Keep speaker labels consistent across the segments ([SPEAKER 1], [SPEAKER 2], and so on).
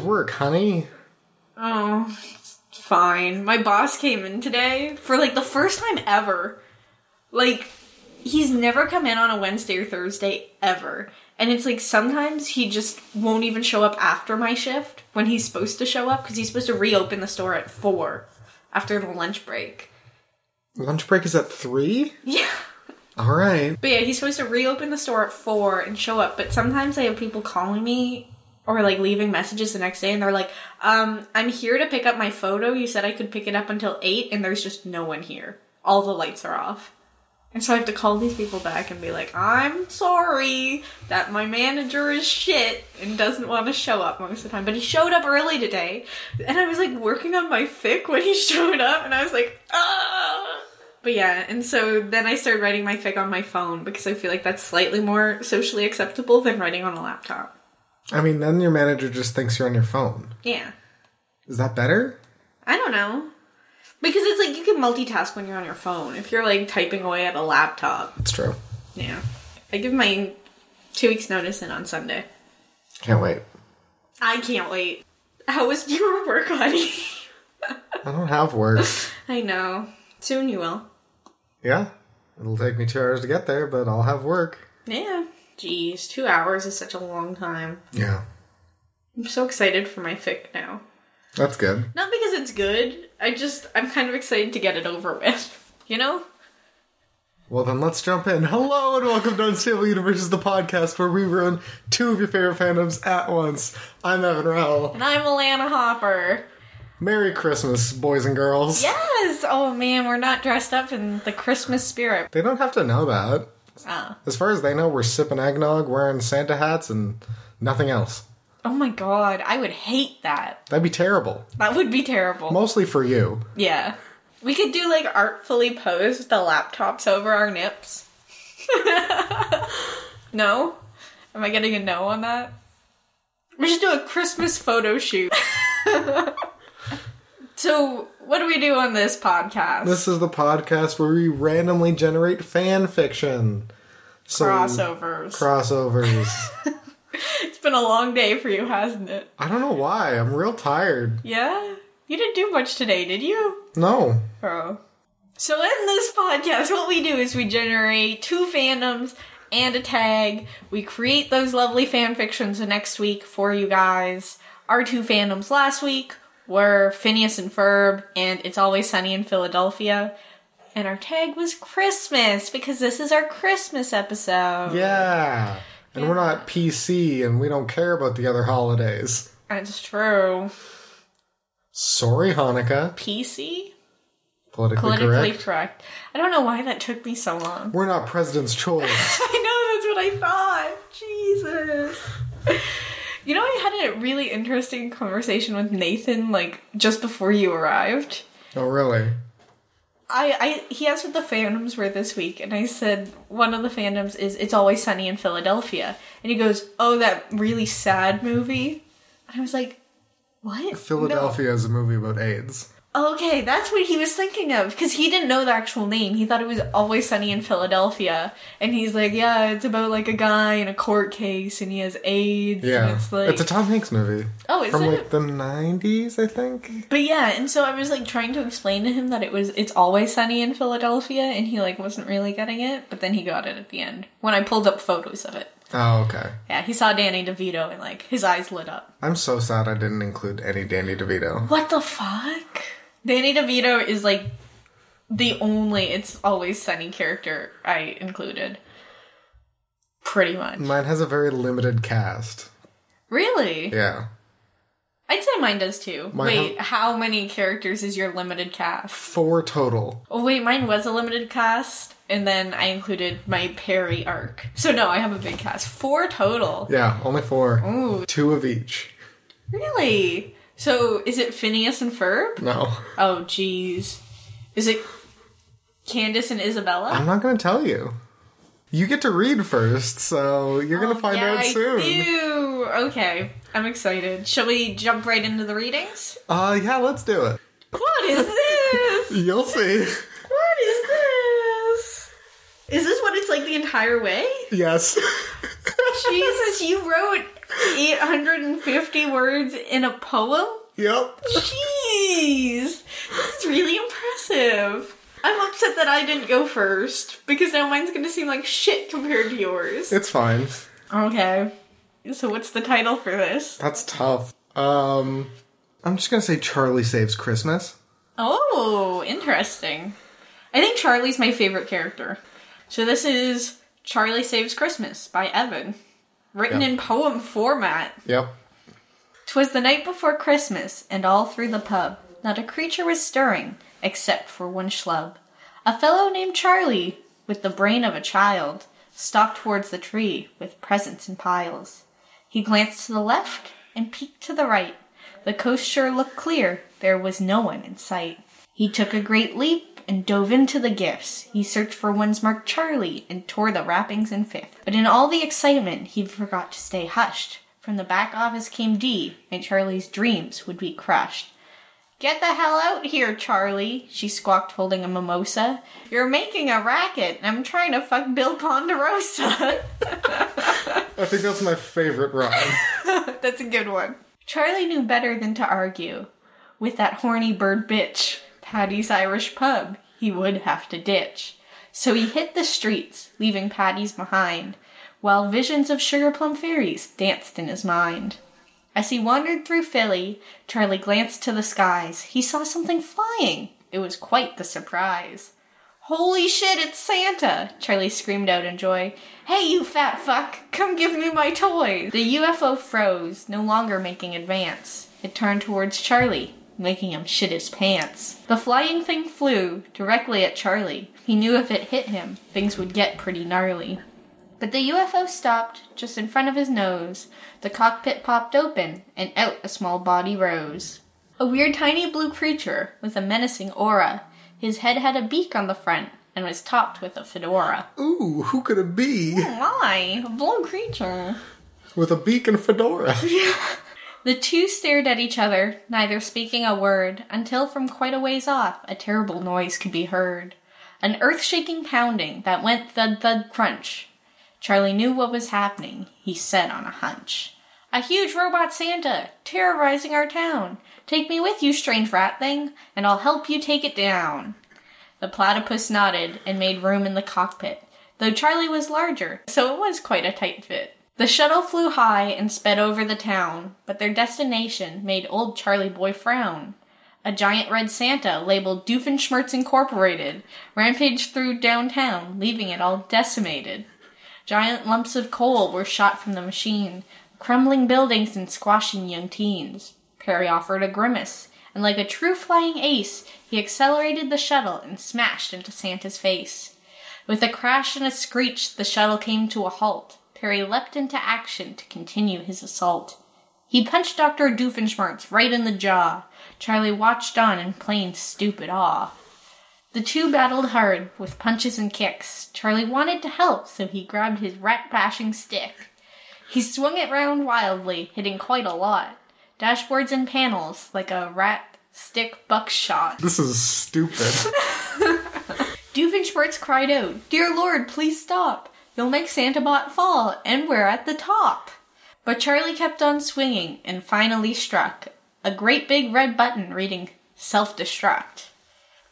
[SPEAKER 1] honey.
[SPEAKER 2] Oh, fine. My boss came in today for like the first time ever. Like, he's never come in on a Wednesday or Thursday ever. And it's like sometimes he just won't even show up after my shift when he's supposed to show up because he's supposed to reopen the store at four after the lunch break.
[SPEAKER 1] Lunch break is at three?
[SPEAKER 2] Yeah.
[SPEAKER 1] All right.
[SPEAKER 2] But yeah, he's supposed to reopen the store at four and show up. But sometimes I have people calling me or like leaving messages the next day and they're like, um, I'm here to pick up my photo. You said I could pick it up until eight and there's just no one here. All the lights are off. And so I have to call these people back and be like, I'm sorry that my manager is shit and doesn't want to show up most of the time. But he showed up early today. And I was like working on my fic when he showed up and I was like, ah. But yeah, and so then I started writing my fic on my phone because I feel like that's slightly more socially acceptable than writing on a laptop.
[SPEAKER 1] I mean, then your manager just thinks you're on your phone.
[SPEAKER 2] Yeah.
[SPEAKER 1] Is that better?
[SPEAKER 2] I don't know. Because it's like you can multitask when you're on your phone. If you're like typing away at a laptop.
[SPEAKER 1] It's true.
[SPEAKER 2] Yeah. I give my two weeks notice in on Sunday.
[SPEAKER 1] Can't wait.
[SPEAKER 2] I can't wait. How was your work, honey?
[SPEAKER 1] I don't have work.
[SPEAKER 2] I know. Soon you will.
[SPEAKER 1] yeah. It'll take me two hours to get there, but I'll have work.
[SPEAKER 2] Yeah. Jeez, two hours is such a long time.
[SPEAKER 1] Yeah.
[SPEAKER 2] I'm so excited for my fic now.
[SPEAKER 1] That's good.
[SPEAKER 2] Not because it's good, I just, I'm kind of excited to get it over with. You know?
[SPEAKER 1] Well, then let's jump in. Hello and welcome to Unstable Universes, the podcast where we ruin two of your favorite fandoms at once. I'm Evan Rowell.
[SPEAKER 2] And I'm Alana Hopper.
[SPEAKER 1] Merry Christmas, boys and girls.
[SPEAKER 2] Yes! Oh man, we're not dressed up in the Christmas spirit.
[SPEAKER 1] They don't have to know that.
[SPEAKER 2] Oh.
[SPEAKER 1] As far as they know, we're sipping eggnog, wearing Santa hats, and nothing else.
[SPEAKER 2] Oh my god, I would hate that.
[SPEAKER 1] That'd be terrible.
[SPEAKER 2] That would be terrible.
[SPEAKER 1] Mostly for you.
[SPEAKER 2] yeah. We could do like artfully pose with the laptops over our nips. no? Am I getting a no on that? We should do a Christmas photo shoot. so, what do we do on this podcast?
[SPEAKER 1] This is the podcast where we randomly generate fan fiction. So,
[SPEAKER 2] Crossovers.
[SPEAKER 1] Crossovers.
[SPEAKER 2] it's been a long day for you, hasn't it?
[SPEAKER 1] I don't know why. I'm real tired.
[SPEAKER 2] Yeah? You didn't do much today, did you?
[SPEAKER 1] No.
[SPEAKER 2] Oh. So in this podcast, what we do is we generate two fandoms and a tag. We create those lovely fanfictions the next week for you guys. Our two fandoms last week were Phineas and Ferb and It's Always Sunny in Philadelphia. And our tag was Christmas because this is our Christmas episode.
[SPEAKER 1] Yeah. And we're not PC and we don't care about the other holidays.
[SPEAKER 2] That's true.
[SPEAKER 1] Sorry, Hanukkah.
[SPEAKER 2] PC?
[SPEAKER 1] Politically,
[SPEAKER 2] Politically
[SPEAKER 1] correct.
[SPEAKER 2] correct. I don't know why that took me so long.
[SPEAKER 1] We're not president's choice.
[SPEAKER 2] I know, that's what I thought. Jesus. You know, I had a really interesting conversation with Nathan, like, just before you arrived.
[SPEAKER 1] oh, really?
[SPEAKER 2] I, I he asked what the fandoms were this week, and I said one of the fandoms is It's Always Sunny in Philadelphia. And he goes, Oh, that really sad movie. And I was like, What? No.
[SPEAKER 1] Philadelphia is a movie about AIDS.
[SPEAKER 2] Okay, that's what he was thinking of because he didn't know the actual name. He thought it was Always Sunny in Philadelphia, and he's like, "Yeah, it's about like a guy in a court case, and he has AIDS."
[SPEAKER 1] Yeah.
[SPEAKER 2] and it's like,
[SPEAKER 1] a Tom Hanks movie.
[SPEAKER 2] oh, is
[SPEAKER 1] From
[SPEAKER 2] it?
[SPEAKER 1] like the 90s, I think.
[SPEAKER 2] but yeah, and so I was like trying to explain to him that it was it's Always Sunny in Philadelphia, and he like wasn't really getting it, but then he got it at the end when I pulled up photos of it.
[SPEAKER 1] Oh, okay.
[SPEAKER 2] Yeah, he saw Danny DeVito, and like his eyes lit up.
[SPEAKER 1] I'm so sad I didn't include any Danny DeVito.
[SPEAKER 2] What the fuck? Danny DeVito is like the only It's Always Sunny character I included. Pretty much.
[SPEAKER 1] Mine has a very limited cast.
[SPEAKER 2] Really?
[SPEAKER 1] Yeah.
[SPEAKER 2] I'd say mine does too.
[SPEAKER 1] Mine
[SPEAKER 2] wait, how many characters is your limited cast?
[SPEAKER 1] Four total.
[SPEAKER 2] Oh, wait, mine was a limited cast, and then I included my Perry arc. So, no, I have a big cast. Four total.
[SPEAKER 1] Yeah, only four.
[SPEAKER 2] Ooh,
[SPEAKER 1] Two of each.
[SPEAKER 2] really? So, is it Phineas and Ferb?
[SPEAKER 1] No.
[SPEAKER 2] Oh, jeez. Is it Candace and Isabella?
[SPEAKER 1] I'm not gonna tell you. You get to read first, so you're gonna
[SPEAKER 2] Oh,
[SPEAKER 1] find
[SPEAKER 2] yeah,
[SPEAKER 1] out
[SPEAKER 2] I
[SPEAKER 1] soon.
[SPEAKER 2] do. Okay, I'm excited. Shall we jump right into the readings?
[SPEAKER 1] Uh yeah, let's do it.
[SPEAKER 2] What is this?
[SPEAKER 1] You'll see.
[SPEAKER 2] what is this? Is this what it's like the entire way?
[SPEAKER 1] yes.
[SPEAKER 2] Jesus, you wrote 850 words in a poem?
[SPEAKER 1] Yep.
[SPEAKER 2] Jeez! This is really impressive. I'm upset that I didn't go first because now mine's gonna seem like shit compared to yours.
[SPEAKER 1] It's fine.
[SPEAKER 2] Okay. So, what's the title for this?
[SPEAKER 1] That's tough. Um, I'm just gonna say Charlie saves Christmas.
[SPEAKER 2] Oh, interesting. I think Charlie's my favorite character. So this is Charlie Saves Christmas by Evan, written
[SPEAKER 1] Yeah.
[SPEAKER 2] in poem format.
[SPEAKER 1] Yep.
[SPEAKER 2] 'Twas the night before Christmas, and all through the pub, not a creature was stirring, except for one schlub. A fellow named Charlie, with the brain of a child, stalked towards the tree with presents in piles. He glanced to the left and peeked to the right. The coast shore looked clear. There was no one in sight. He took a great leap and dove into the gifts. He searched for one's marked Charlie and tore the wrappings in fifth. But in all the excitement, he forgot to stay hushed. From the back office came Dee, and Charlie's dreams would be crushed. Get the hell out here, Charlie, she squawked, holding a mimosa. You're making a racket, and I'm trying to fuck Bill Ponderosa.
[SPEAKER 1] I think that's my favorite rhyme.
[SPEAKER 2] That's a good one. Charlie knew better than to argue with that horny bird bitch. Patty's Irish pub, he would have to ditch. So he hit the streets, leaving Patty's behind, while visions of sugar plum fairies danced in his mind. As he wandered through Philly, Charlie glanced to the skies. He saw something flying. It was quite the surprise. Holy shit, it's Santa! Charlie screamed out in joy. Hey, you fat fuck, come give me my toy! The UFO froze, no longer making advance. It turned towards Charlie, making him shit his pants. The flying thing flew directly at Charlie. He knew if it hit him, things would get pretty gnarly. But the UFO stopped just in front of his nose. The cockpit popped open, and out a small body rose. A weird tiny blue creature with a menacing aura. His head had a beak on the front and was topped with a fedora.
[SPEAKER 1] Ooh, who could it be?
[SPEAKER 2] My, a blue creature.
[SPEAKER 1] With a beak and fedora.
[SPEAKER 2] The two stared at each other, neither speaking a word, until from quite a ways off a terrible noise could be heard. An earth shaking pounding that went thud thud crunch. Charlie knew what was happening, he said on a hunch. A huge robot Santa, terrorizing our town. Take me with you, strange rat thing, and I'll help you take it down. The platypus nodded and made room in the cockpit, though Charlie was larger, so it was quite a tight fit. The shuttle flew high and sped over the town, but their destination made old Charlie Boy frown. A giant red Santa labeled Doofenshmirtz Incorporated rampaged through downtown, leaving it all decimated. Giant lumps of coal were shot from the machine, crumbling buildings and squashing young teens. Perry offered a grimace, and like a true flying ace, he accelerated the shuttle and smashed into Santa's face. With a crash and a screech, the shuttle came to a halt. Perry leapt into action to continue his assault. He punched Dr. Doofenshmirtz right in the jaw. Charlie watched on in plain stupid awe. The two battled hard with punches and kicks. Charlie wanted to help, so he grabbed his rat bashing stick. He swung it round wildly, hitting quite a lot. Dashboards and panels like a rat stick buckshot.
[SPEAKER 1] This is stupid.
[SPEAKER 2] Doofenshmirtz cried out, Dear Lord, please stop! You'll make Santabot fall, and we're at the top! But Charlie kept on swinging and finally struck a great big red button reading Self Destruct.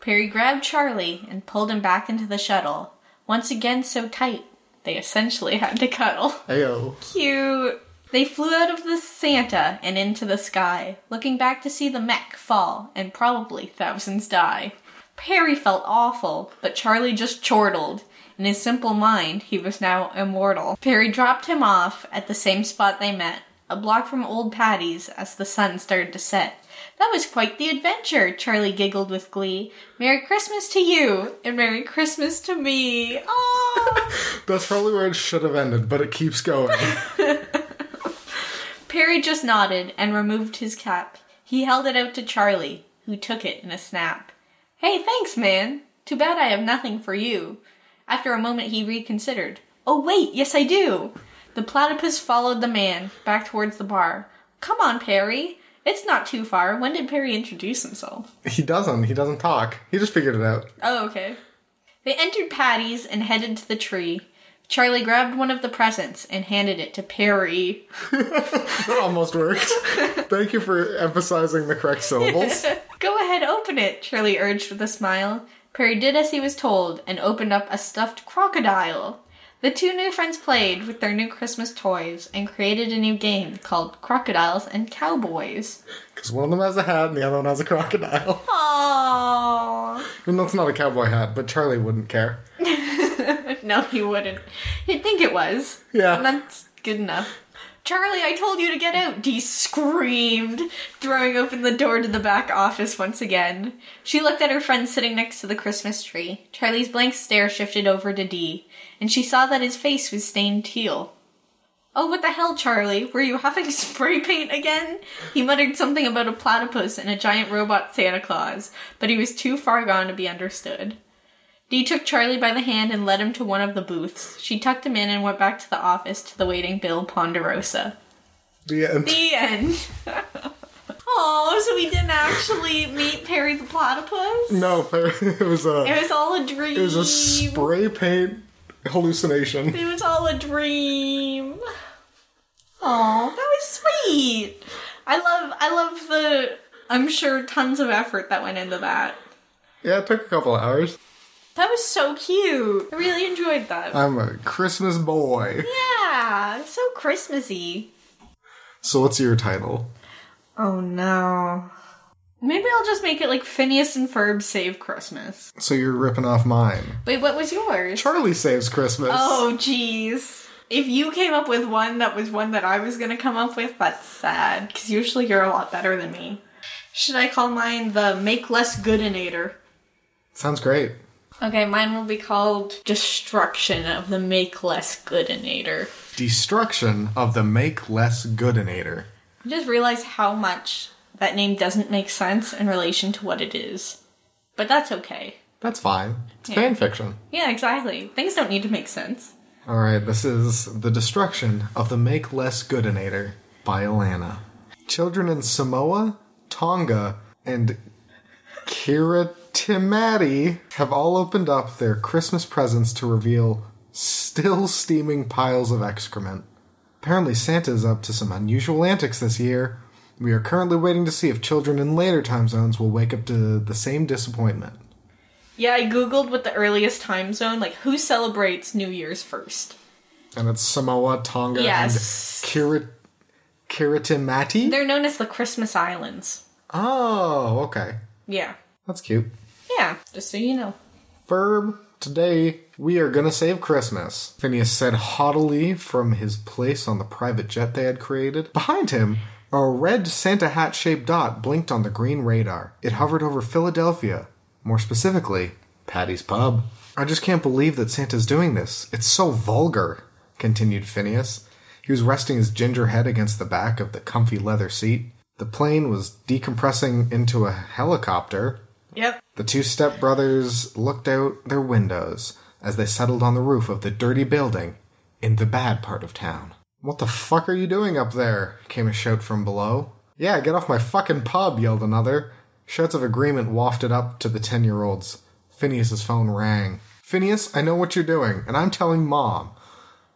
[SPEAKER 2] Perry grabbed Charlie and pulled him back into the shuttle, once again so tight they essentially had to cuddle
[SPEAKER 1] Ayo.
[SPEAKER 2] cute. They flew out of the Santa and into the sky, looking back to see the mech fall and probably thousands die. Perry felt awful, but Charlie just chortled. In his simple mind, he was now immortal. Perry dropped him off at the same spot they met, a block from old Patty's as the sun started to set. That was quite the adventure, Charlie giggled with glee. Merry Christmas to you, and Merry Christmas to me. Aww.
[SPEAKER 1] That's probably where it should have ended, but it keeps going.
[SPEAKER 2] Perry just nodded and removed his cap. He held it out to Charlie, who took it in a snap. Hey, thanks, man. Too bad I have nothing for you. After a moment, he reconsidered. Oh, wait, yes, I do. The platypus followed the man back towards the bar. Come on, Perry. It's not too far. When did Perry introduce himself?
[SPEAKER 1] He doesn't. He doesn't talk. He just figured it out.
[SPEAKER 2] Oh, okay. They entered Patty's and headed to the tree. Charlie grabbed one of the presents and handed it to Perry.
[SPEAKER 1] That almost worked. Thank you for emphasizing the correct syllables.
[SPEAKER 2] Go ahead, open it, Charlie urged with a smile. Perry did as he was told and opened up a stuffed crocodile. The two new friends played with their new Christmas toys and created a new game called Crocodiles and Cowboys.
[SPEAKER 1] Because one of them has a hat and the other one has a crocodile.
[SPEAKER 2] Aww.
[SPEAKER 1] I mean, that's not a cowboy hat, but Charlie wouldn't care.
[SPEAKER 2] No, he wouldn't. He'd think it was.
[SPEAKER 1] Yeah.
[SPEAKER 2] And that's good enough. Charlie, I told you to get out, Dee screamed, throwing open the door to the back office once again. She looked at her friend sitting next to the Christmas tree. Charlie's blank stare shifted over to Dee, and she saw that his face was stained teal. Oh, what the hell, Charlie? Were you having spray paint again? He muttered something about a platypus and a giant robot Santa Claus, but he was too far gone to be understood. Dee took Charlie by the hand and led him to one of the booths. She tucked him in and went back to the office to the waiting Bill Ponderosa.
[SPEAKER 1] The end.
[SPEAKER 2] The end. oh, so we didn't actually meet Perry the Platypus?
[SPEAKER 1] no, it was a
[SPEAKER 2] It was all a dream.
[SPEAKER 1] it was a spray paint hallucination.
[SPEAKER 2] It was all a dream. Oh, that was sweet. I love I love the I'm sure tons of effort that went into that.
[SPEAKER 1] Yeah, it took a couple of hours.
[SPEAKER 2] That was so cute. I really enjoyed that.
[SPEAKER 1] I'm a Christmas boy.
[SPEAKER 2] yeah, so Christmassy.
[SPEAKER 1] So what's your title?
[SPEAKER 2] Oh no. Maybe I'll just make it like Phineas and Ferb save Christmas.
[SPEAKER 1] So you're ripping off mine.
[SPEAKER 2] Wait, what was yours?
[SPEAKER 1] Charlie saves Christmas.
[SPEAKER 2] Oh jeez. If you came up with one that was one that I was gonna come up with, that's sad. Because usually you're a lot better than me. Should I call mine the Make Less Goodinator?
[SPEAKER 1] Sounds great.
[SPEAKER 2] Okay, mine will be called Destruction of the Make Less Goodinator.
[SPEAKER 1] Destruction of the Make Less Goodinator.
[SPEAKER 2] I just realized how much that name doesn't make sense in relation to what it is. But that's okay.
[SPEAKER 1] That's fine. It's fan fiction.
[SPEAKER 2] Yeah, exactly. Things don't need to make sense.
[SPEAKER 1] All right, this is The Destruction of the Make Less Goodinator by Alana. Children in Samoa, Tonga, and Kiritimati have all opened up their Christmas presents to reveal still steaming piles of excrement. Apparently, Santa's up to some unusual antics this year. We are currently waiting to see if children in later time zones will wake up to the same disappointment.
[SPEAKER 2] Yeah, I googled what the earliest time zone, like who celebrates New Year's first.
[SPEAKER 1] And it's Samoa, Tonga,
[SPEAKER 2] Yes.
[SPEAKER 1] and Kirit- Kiritimati?
[SPEAKER 2] They're known as the Christmas Islands.
[SPEAKER 1] Oh, okay.
[SPEAKER 2] Yeah.
[SPEAKER 1] That's cute.
[SPEAKER 2] Yeah, just so you know.
[SPEAKER 1] Ferb, today we are gonna save Christmas. Phineas said haughtily from his place on the private jet they had created. Behind him, a red Santa hat shaped dot blinked on the green radar. It hovered over Philadelphia, more specifically, Patty's Pub. I just can't believe that Santa's doing this. It's so vulgar, continued Phineas. He was resting his ginger head against the back of the comfy leather seat. The plane was decompressing into a helicopter,
[SPEAKER 2] Yep.
[SPEAKER 1] the two stepbrothers looked out their windows as they settled on the roof of the dirty building in the bad part of town. What the fuck are you doing up there? came a shout from below. Yeah, get off my fucking pub, yelled another. Shouts of agreement wafted up to the ten year olds. Phineas's phone rang. Phineas, I know what you're doing, and I'm telling Mom.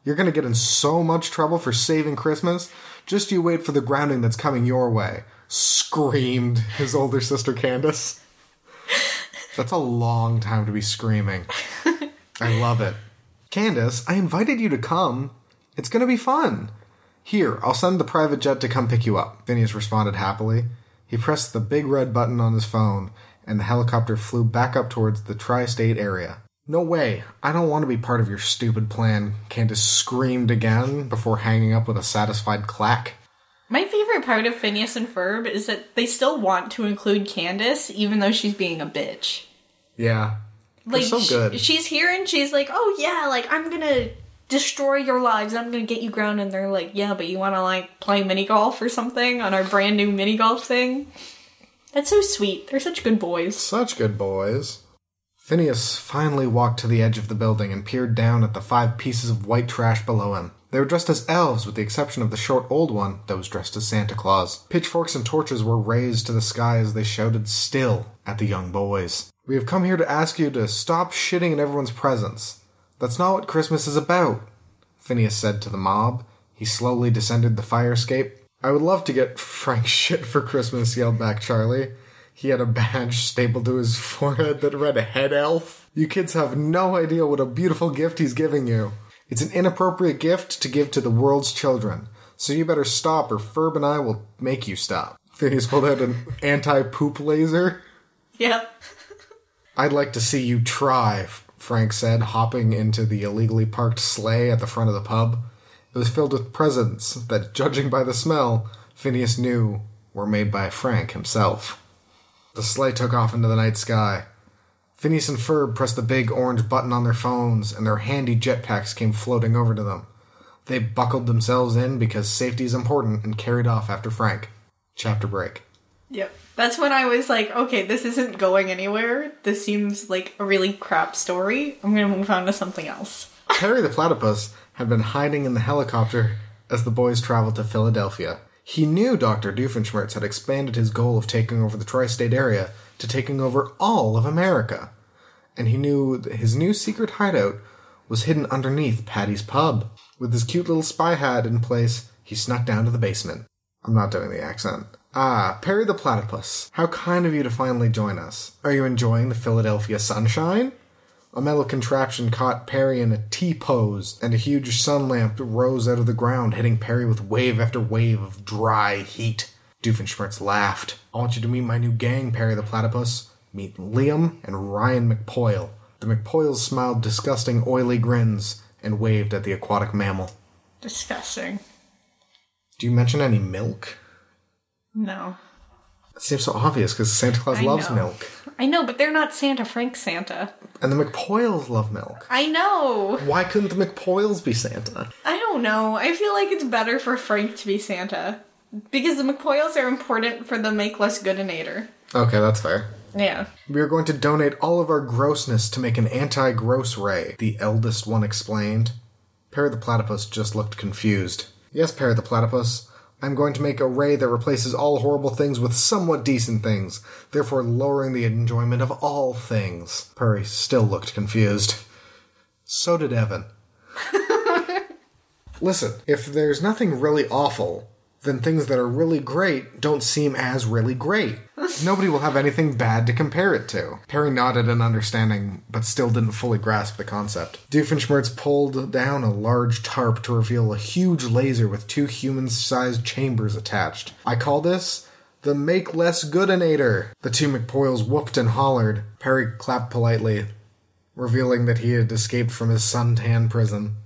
[SPEAKER 1] You're gonna get in so much trouble for saving Christmas. Just you wait for the grounding that's coming your way, screamed his older sister Candace. That's a long time to be screaming. I love it. Candace, I invited you to come. It's going to be fun. Here, I'll send the private jet to come pick you up. Phineas responded happily. He pressed the big red button on his phone, and the helicopter flew back up towards the tri state area. No way. I don't want to be part of your stupid plan, Candace screamed again before hanging up with a satisfied clack.
[SPEAKER 2] My favorite part of Phineas and Ferb is that they still want to include Candace, even though she's being a bitch.
[SPEAKER 1] Yeah. They're
[SPEAKER 2] Like
[SPEAKER 1] so
[SPEAKER 2] sh-
[SPEAKER 1] good.
[SPEAKER 2] she's here and she's like, "Oh yeah, like I'm gonna destroy your lives. I'm gonna get you grounded." And they're like, "Yeah, but you want to like play mini golf or something on our brand new mini golf thing?" That's so sweet. They're such good boys.
[SPEAKER 1] Such good boys. Phineas finally walked to the edge of the building and peered down at the five pieces of white trash below him. They were dressed as elves, with the exception of the short old one that was dressed as Santa Claus. Pitchforks and torches were raised to the sky as they shouted still at the young boys. We have come here to ask you to stop shitting in everyone's presence. That's not what Christmas is about, Phineas said to the mob. He slowly descended the fire escape. I would love to get Frank shit for Christmas, yelled back Charlie. He had a badge stapled to his forehead that read Head Elf. You kids have no idea what a beautiful gift he's giving you. It's an inappropriate gift to give to the world's children, so you better stop or Ferb and I will make you stop. Phineas pulled out an anti poop laser.
[SPEAKER 2] Yep.
[SPEAKER 1] I'd like to see you try, Frank said, hopping into the illegally parked sleigh at the front of the pub. It was filled with presents that, judging by the smell, Phineas knew were made by Frank himself. The sleigh took off into the night sky. Phineas and Ferb pressed the big orange button on their phones, and their handy jetpacks came floating over to them. They buckled themselves in because safety is important and carried off after Frank. Chapter break.
[SPEAKER 2] Yep. That's when I was like, okay, this isn't going anywhere. This seems like a really crap story. I'm going to move on to something else.
[SPEAKER 1] Harry the Platypus had been hiding in the helicopter as the boys traveled to Philadelphia. He knew Dr. Doofenshmirtz had expanded his goal of taking over the tri state area to taking over all of America. And he knew that his new secret hideout was hidden underneath Patty's Pub. With his cute little spy hat in place, he snuck down to the basement. I'm not doing the accent. Ah, Perry the Platypus, how kind of you to finally join us. Are you enjoying the Philadelphia sunshine? A metal contraption caught Perry in a T pose, and a huge sun lamp rose out of the ground, hitting Perry with wave after wave of dry heat. Doofenshmirtz laughed. I want you to meet my new gang, Perry the Platypus. Meet Liam and Ryan McPoyle. The McPoyles smiled disgusting, oily grins and waved at the aquatic mammal.
[SPEAKER 2] Disgusting.
[SPEAKER 1] Do you mention any milk?
[SPEAKER 2] No.
[SPEAKER 1] It seems so obvious because Santa Claus
[SPEAKER 2] I
[SPEAKER 1] loves
[SPEAKER 2] know.
[SPEAKER 1] milk,
[SPEAKER 2] I know, but they're not Santa Frank Santa.
[SPEAKER 1] and the McPoyles love milk.
[SPEAKER 2] I know.
[SPEAKER 1] Why couldn't the McPoyles be Santa?
[SPEAKER 2] I don't know. I feel like it's better for Frank to be Santa. Because the McCoyles are important for the make less goodinator.
[SPEAKER 1] Okay, that's fair.
[SPEAKER 2] Yeah.
[SPEAKER 1] We are going to donate all of our grossness to make an anti gross ray, the eldest one explained. Perry the Platypus just looked confused. Yes, Perry the Platypus, I'm going to make a ray that replaces all horrible things with somewhat decent things, therefore lowering the enjoyment of all things. Perry still looked confused. So did Evan. Listen, if there's nothing really awful, then things that are really great don't seem as really great. Nobody will have anything bad to compare it to. Perry nodded in understanding, but still didn't fully grasp the concept. Doofenshmirtz pulled down a large tarp to reveal a huge laser with two human sized chambers attached. I call this the Make Less Goodinator. The two McPoyles whooped and hollered. Perry clapped politely, revealing that he had escaped from his suntan prison.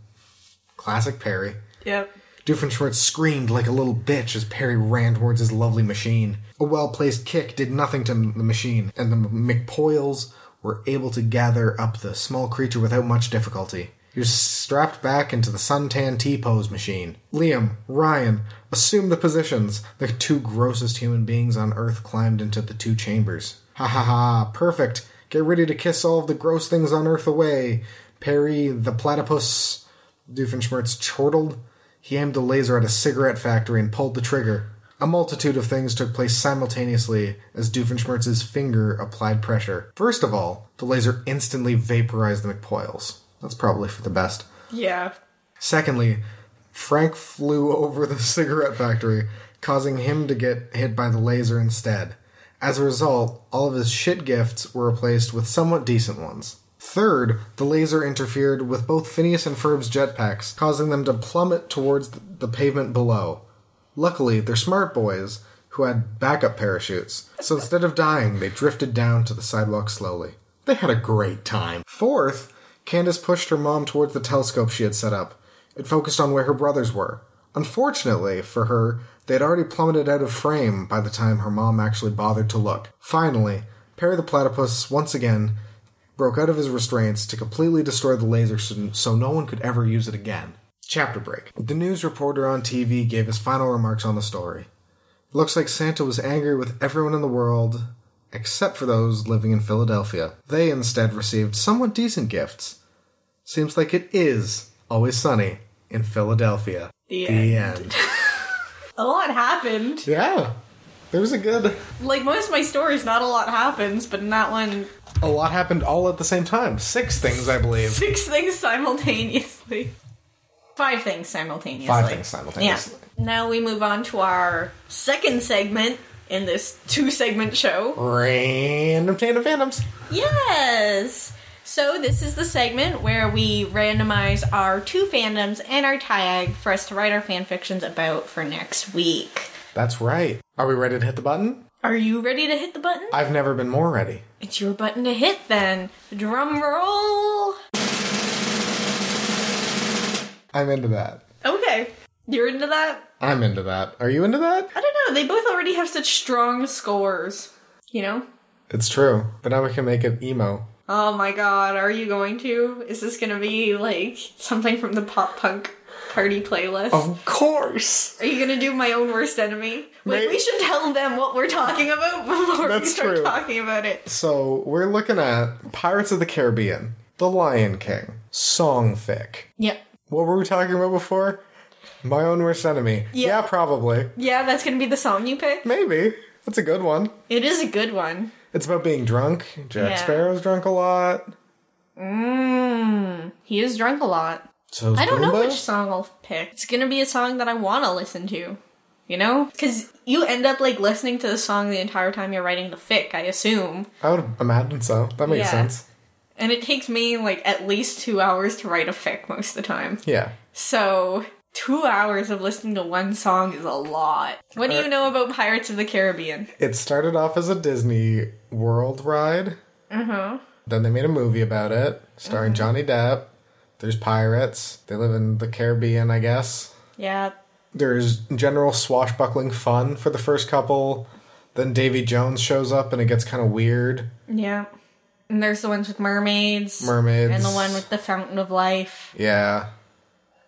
[SPEAKER 1] Classic Perry.
[SPEAKER 2] Yep.
[SPEAKER 1] Doofenshmirtz screamed like a little bitch as Perry ran towards his lovely machine. A well placed kick did nothing to m- the machine, and the M- McPoyles were able to gather up the small creature without much difficulty. He was strapped back into the suntan T pose machine. Liam, Ryan, assumed the positions. The two grossest human beings on Earth climbed into the two chambers. Ha ha ha, perfect. Get ready to kiss all of the gross things on Earth away. Perry, the platypus, Doofenshmirtz chortled. He aimed a laser at a cigarette factory and pulled the trigger. A multitude of things took place simultaneously as Doofenshmirtz's finger applied pressure. First of all, the laser instantly vaporized the McPoyles. That's probably for the best.
[SPEAKER 2] Yeah.
[SPEAKER 1] Secondly, Frank flew over the cigarette factory, causing him to get hit by the laser instead. As a result, all of his shit gifts were replaced with somewhat decent ones. Third, the laser interfered with both Phineas and Ferb's jetpacks, causing them to plummet towards th- the pavement below. Luckily, they're smart boys who had backup parachutes, so instead of dying, they drifted down to the sidewalk slowly. They had a great time. Fourth, Candace pushed her mom towards the telescope she had set up. It focused on where her brothers were. Unfortunately for her, they had already plummeted out of frame by the time her mom actually bothered to look. Finally, Perry the Platypus once again broke out of his restraints to completely destroy the laser so so no one could ever use it again. Chapter break. The news reporter on TV gave his final remarks on the story. It looks like Santa was angry with everyone in the world except for those living in Philadelphia. They instead received somewhat decent gifts. Seems like it is always sunny in Philadelphia.
[SPEAKER 2] The
[SPEAKER 1] The end.
[SPEAKER 2] A lot happened.
[SPEAKER 1] Yeah. There was a good.
[SPEAKER 2] Like most of my stories, not a lot happens, but in that one,
[SPEAKER 1] A lot happened all at the same time. Six things, I believe.
[SPEAKER 2] six things simultaneously. Five things simultaneously.
[SPEAKER 1] Five things simultaneously.
[SPEAKER 2] Yeah. Now we move on to our second segment in this two segment show.
[SPEAKER 1] Random tandem phantoms.
[SPEAKER 2] Yes! So, this is the segment where we randomize our two fandoms and our tag for us to write our fanfictions about for next week.
[SPEAKER 1] That's right. Are we ready to hit the button?
[SPEAKER 2] Are you ready to hit the button?
[SPEAKER 1] I've never been more ready.
[SPEAKER 2] It's your button to hit then. Drum roll!
[SPEAKER 1] I'm into that.
[SPEAKER 2] Okay. You're into that?
[SPEAKER 1] I'm into that. Are you into that?
[SPEAKER 2] I don't know. They both already have such strong scores. You know?
[SPEAKER 1] It's true. But now we can make it emo.
[SPEAKER 2] Oh my god, are you going to? Is this gonna be like something from the pop punk party playlist?
[SPEAKER 1] Of course!
[SPEAKER 2] Are you gonna do my own worst enemy?
[SPEAKER 1] May-
[SPEAKER 2] Wait, we should tell them what we're talking about before we
[SPEAKER 1] That's
[SPEAKER 2] start
[SPEAKER 1] true.
[SPEAKER 2] talking about it.
[SPEAKER 1] So, we're looking at Pirates of the Caribbean, The Lion King, Songfic.
[SPEAKER 2] Yep.
[SPEAKER 1] What were we talking about before? My own worst enemy.
[SPEAKER 2] Yeah.
[SPEAKER 1] yeah probably.
[SPEAKER 2] Yeah, that's gonna be the song you pick.
[SPEAKER 1] Maybe. That's a good one.
[SPEAKER 2] It is a good one.
[SPEAKER 1] It's about being drunk. Jack
[SPEAKER 2] Yeah.
[SPEAKER 1] Sparrow's drunk a lot.
[SPEAKER 2] Mmm. He is drunk a lot.
[SPEAKER 1] So
[SPEAKER 2] I don't know which song I'll pick. It's gonna be a song that I wanna listen to. You know? Because you end up like listening to the song the entire time you're writing the fic, I assume.
[SPEAKER 1] I would imagine so. That makes
[SPEAKER 2] Yeah.
[SPEAKER 1] sense.
[SPEAKER 2] And it takes me like at least two hours to write a fic most of the time.
[SPEAKER 1] Yeah.
[SPEAKER 2] So, two hours of listening to one song is a lot. What
[SPEAKER 1] Uh,
[SPEAKER 2] do you know about Pirates of the Caribbean?
[SPEAKER 1] It started off as a Disney World ride.
[SPEAKER 2] Uh huh.
[SPEAKER 1] Then they made a movie about it, starring
[SPEAKER 2] Mm-hmm.
[SPEAKER 1] Johnny Depp. There's pirates. They live in the Caribbean, I guess.
[SPEAKER 2] Yeah.
[SPEAKER 1] There's general swashbuckling fun for the first couple. Then Davy Jones shows up and it gets kind of weird.
[SPEAKER 2] Yeah. And there's the ones with mermaids.
[SPEAKER 1] Mermaids.
[SPEAKER 2] And the one with the Fountain of Life.
[SPEAKER 1] Yeah.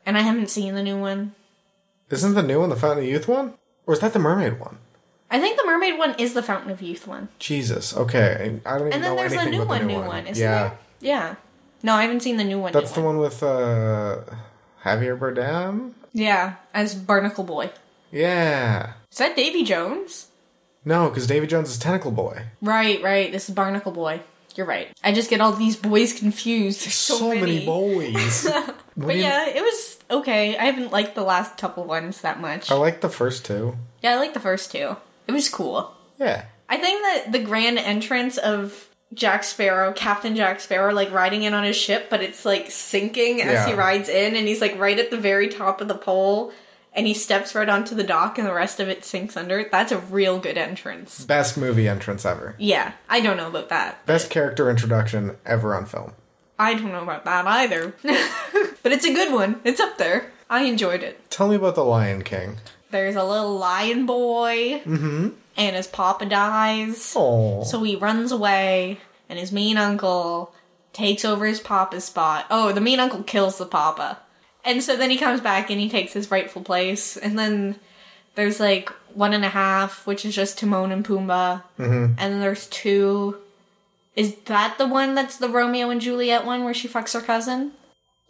[SPEAKER 2] And I haven't seen the new one.
[SPEAKER 1] Isn't the new one the Fountain of Youth one? Or is that the Mermaid one?
[SPEAKER 2] I think the mermaid one is the Fountain of Youth one.
[SPEAKER 1] Jesus. Okay. I don't even
[SPEAKER 2] And then
[SPEAKER 1] know
[SPEAKER 2] there's a
[SPEAKER 1] anything
[SPEAKER 2] new
[SPEAKER 1] about
[SPEAKER 2] one,
[SPEAKER 1] the
[SPEAKER 2] new
[SPEAKER 1] new
[SPEAKER 2] one, isn't
[SPEAKER 1] yeah.
[SPEAKER 2] there? Yeah. No, I haven't seen the new one.
[SPEAKER 1] That's
[SPEAKER 2] new
[SPEAKER 1] the one with uh Javier Bardem?
[SPEAKER 2] Yeah, as Barnacle Boy.
[SPEAKER 1] Yeah.
[SPEAKER 2] Is that Davy Jones?
[SPEAKER 1] No, because Davy Jones is Tentacle Boy.
[SPEAKER 2] Right, right. This is Barnacle Boy. You're right. I just get all these boys confused. There's so, many.
[SPEAKER 1] boys. What do
[SPEAKER 2] But
[SPEAKER 1] you-
[SPEAKER 2] yeah, it was okay. I haven't liked the last couple ones that much.
[SPEAKER 1] I like the first two.
[SPEAKER 2] Yeah, I like the first two. It was cool.
[SPEAKER 1] Yeah.
[SPEAKER 2] I think that the grand entrance of Jack Sparrow, Captain Jack Sparrow, like riding in on his ship, but it's like sinking as he
[SPEAKER 1] Yeah.
[SPEAKER 2] rides in, and he's like right at the very top of the pole, and he steps right onto the dock, and the rest of it sinks under. it. That's a real good entrance.
[SPEAKER 1] Best movie entrance ever.
[SPEAKER 2] Yeah, I don't know about that.
[SPEAKER 1] Best character introduction ever on film.
[SPEAKER 2] I don't know about that either. but it's a good one. It's up there. I enjoyed it.
[SPEAKER 1] Tell me about The Lion King.
[SPEAKER 2] There's a little lion boy, mm-hmm. and his papa dies,
[SPEAKER 1] Oh.
[SPEAKER 2] so he runs away, and his mean uncle takes over his papa's spot. Oh, the mean uncle kills the papa, and so then he comes back and he takes his rightful place. And then there's like one and a half, which is just Timon and Pumbaa, mm-hmm. and then there's two. Is that the one that's the Romeo and Juliet one where she fucks her cousin?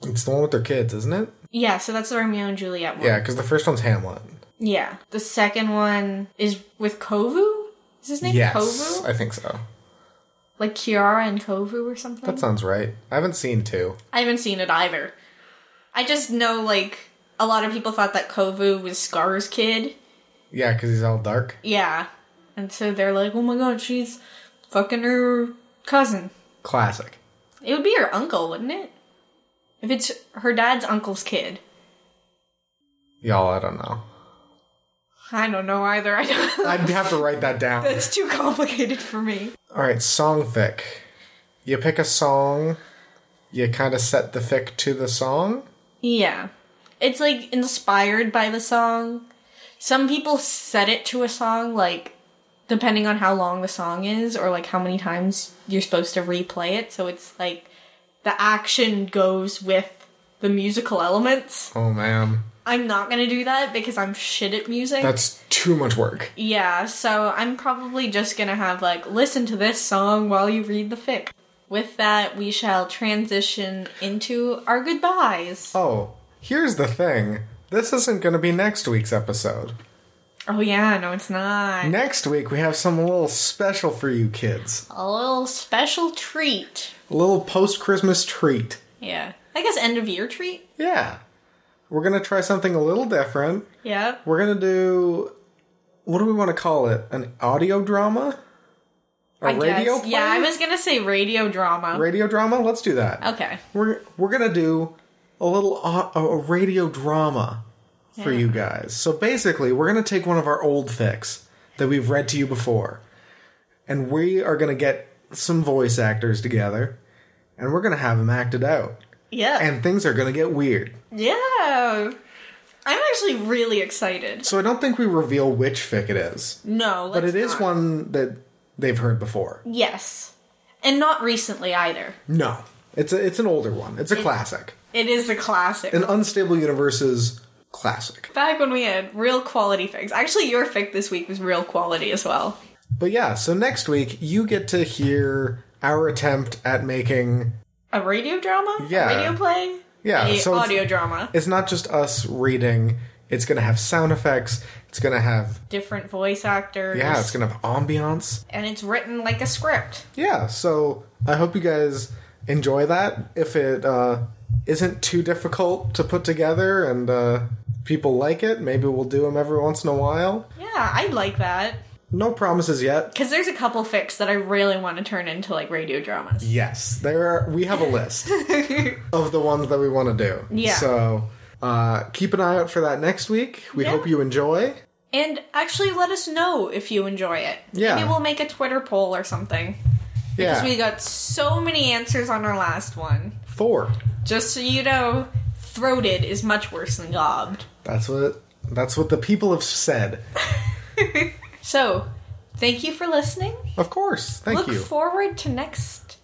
[SPEAKER 1] It's the one with their kids, isn't it?
[SPEAKER 2] Yeah, so that's the Romeo and Juliet one.
[SPEAKER 1] Yeah, because the first one's Hamlet.
[SPEAKER 2] Yeah. The second one is with Kovu? Is his name
[SPEAKER 1] yes.
[SPEAKER 2] Kovu?
[SPEAKER 1] I think so.
[SPEAKER 2] Like Kiara and Kovu or something?
[SPEAKER 1] That sounds right. I haven't seen two.
[SPEAKER 2] I haven't seen it either. I just know, like, a lot of people thought that Kovu was Scar's kid.
[SPEAKER 1] Yeah, because he's all dark.
[SPEAKER 2] Yeah. And so they're like, oh my god, she's fucking her cousin.
[SPEAKER 1] Classic.
[SPEAKER 2] It would be her uncle, wouldn't it? If it's her dad's uncle's kid.
[SPEAKER 1] Y'all, I don't know.
[SPEAKER 2] I don't know either. I don't.
[SPEAKER 1] I'd have to write that down.
[SPEAKER 2] That's too complicated for me.
[SPEAKER 1] All right, song fic. You pick a song, you kind of set the fic to the song.
[SPEAKER 2] Yeah. It's like inspired by the song. Some people set it to a song, like, depending on how long the song is or like how many times you're supposed to replay it. So it's like the action goes with the musical elements.
[SPEAKER 1] Oh man,
[SPEAKER 2] I'm not gonna do that because I'm shit at music.
[SPEAKER 1] that's too much work.
[SPEAKER 2] yeah, so I'm probably just gonna have like listen to this song while you read the fic. With that, we shall transition into our goodbyes.
[SPEAKER 1] Oh, here's the thing. This isn't going to be next week's episode.
[SPEAKER 2] Oh yeah, no, it's not.
[SPEAKER 1] Next week, we have something a little special for you kids.
[SPEAKER 2] A little special treat.
[SPEAKER 1] A little post Christmas treat.
[SPEAKER 2] Yeah, I guess end of year treat.
[SPEAKER 1] Yeah. We're going to try something a little different.
[SPEAKER 2] Yeah,
[SPEAKER 1] We're going to do. What do we want to call it? An audio drama? A
[SPEAKER 2] I
[SPEAKER 1] radio
[SPEAKER 2] guess.
[SPEAKER 1] play?
[SPEAKER 2] Yeah, I was gonna say radio drama.
[SPEAKER 1] Radio drama? Let's do that.
[SPEAKER 2] okay,
[SPEAKER 1] We're, we're going to do a little au- a, a radio drama for you guys. So basically, we're going to take one of our old fics that we've read to you before, and we are going to get some voice actors together, and we're going to have them acted out.
[SPEAKER 2] yeah,
[SPEAKER 1] And things are going to get weird.
[SPEAKER 2] yeah. I'm actually really excited.
[SPEAKER 1] So I don't think we reveal which fic it is,
[SPEAKER 2] No,
[SPEAKER 1] but
[SPEAKER 2] let's
[SPEAKER 1] it is
[SPEAKER 2] not.
[SPEAKER 1] one that they've heard before.
[SPEAKER 2] Yes, and not recently either.
[SPEAKER 1] No, it's a, it's an older one. It's a classic,
[SPEAKER 2] It is a classic.
[SPEAKER 1] an unstable universe's classic.
[SPEAKER 2] Back when we had real quality fics. Actually, your fic this week was real quality as well.
[SPEAKER 1] But yeah, so next week you get to hear our attempt at making.
[SPEAKER 2] A radio drama?
[SPEAKER 1] Yeah.
[SPEAKER 2] A radio play?
[SPEAKER 1] Yeah,
[SPEAKER 2] A
[SPEAKER 1] so it's-
[SPEAKER 2] audio drama.
[SPEAKER 1] It's not just us reading. It's gonna have sound effects. It's gonna have
[SPEAKER 2] Different voice actors.
[SPEAKER 1] yeah. It's gonna have ambiance.
[SPEAKER 2] and it's written like a script.
[SPEAKER 1] Yeah. So I hope you guys enjoy that. If it uh, isn't too difficult to put together and uh, people like it, maybe we'll do them every once in a while.
[SPEAKER 2] Yeah, I like that.
[SPEAKER 1] No promises yet.
[SPEAKER 2] Because there's a couple fics that I really want to turn into like radio dramas.
[SPEAKER 1] Yes, there are, we have a list of the ones that we want to do.
[SPEAKER 2] Yeah.
[SPEAKER 1] So uh, keep an eye out for that next week. We
[SPEAKER 2] Yeah.
[SPEAKER 1] hope you enjoy.
[SPEAKER 2] and actually, let us know if you enjoy it.
[SPEAKER 1] Yeah.
[SPEAKER 2] Maybe we'll make a Twitter poll or something.
[SPEAKER 1] Yeah.
[SPEAKER 2] Because we got so many answers on our last one.
[SPEAKER 1] Four.
[SPEAKER 2] Just so you know, throated is much worse than gobbed.
[SPEAKER 1] That's what that's what the people have said.
[SPEAKER 2] So, thank you for listening.
[SPEAKER 1] Of course. Thank
[SPEAKER 2] Look
[SPEAKER 1] you.
[SPEAKER 2] forward to next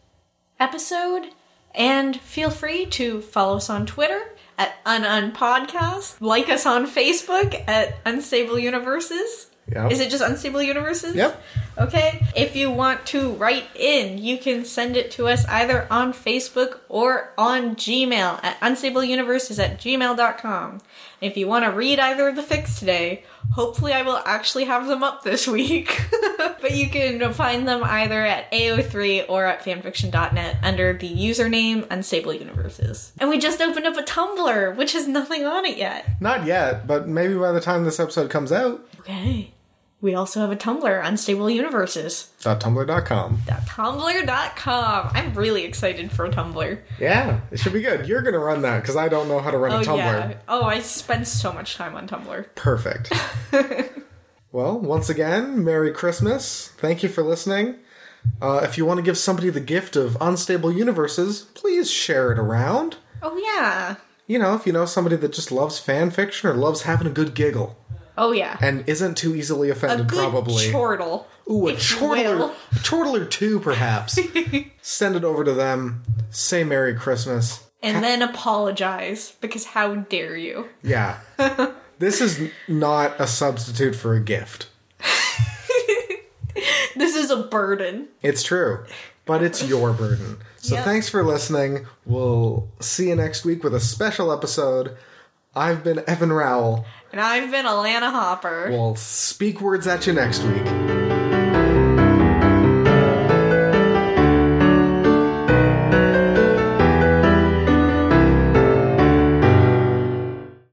[SPEAKER 2] episode and feel free to follow us on Twitter at ununpodcast, like us on Facebook at Unstable Universes.
[SPEAKER 1] Yep.
[SPEAKER 2] Is it just Unstable Universes?
[SPEAKER 1] Yep.
[SPEAKER 2] Okay. If you want to write in, you can send it to us either on Facebook or on Gmail at unstableuniverses at gmail.com. If you want to read either of the fics today, hopefully I will actually have them up this week. but you can find them either at AO3 or at fanfiction.net under the username Unstable Universes. And we just opened up a Tumblr, which has nothing on it yet.
[SPEAKER 1] Not yet, but maybe by the time this episode comes out,
[SPEAKER 2] Okay. We also have a Tumblr, Unstable Universes.
[SPEAKER 1] .tumblr.com.
[SPEAKER 2] Tumblr.com. I'm really excited for Tumblr.
[SPEAKER 1] Yeah, it should be good. You're going to run that cuz I don't know how to run
[SPEAKER 2] Oh
[SPEAKER 1] a Tumblr.
[SPEAKER 2] yeah. Oh, I spend so much time on Tumblr.
[SPEAKER 1] Perfect. well, once again, Merry Christmas. Thank you for listening. Uh, if you want to give somebody the gift of unstable universes, please share it around.
[SPEAKER 2] Oh yeah.
[SPEAKER 1] You know, if you know somebody that just loves fan fiction or loves having a good giggle
[SPEAKER 2] Oh yeah.
[SPEAKER 1] and isn't too easily
[SPEAKER 2] A
[SPEAKER 1] offended,
[SPEAKER 2] good
[SPEAKER 1] probably.
[SPEAKER 2] chortle.
[SPEAKER 1] Ooh, a
[SPEAKER 2] if you
[SPEAKER 1] chortler,
[SPEAKER 2] will.
[SPEAKER 1] a chortler two, perhaps. Send it over to them. Say Merry Christmas.
[SPEAKER 2] And then apologize because how dare you?
[SPEAKER 1] Yeah, this is not a substitute for a gift.
[SPEAKER 2] This is a burden.
[SPEAKER 1] It's true, but it's your burden. So
[SPEAKER 2] Yep.
[SPEAKER 1] thanks for listening. We'll see you next week with a special episode. I've been Evan Rowell.
[SPEAKER 2] And I've been Alana Hopper.
[SPEAKER 1] We'll speak words at you next week.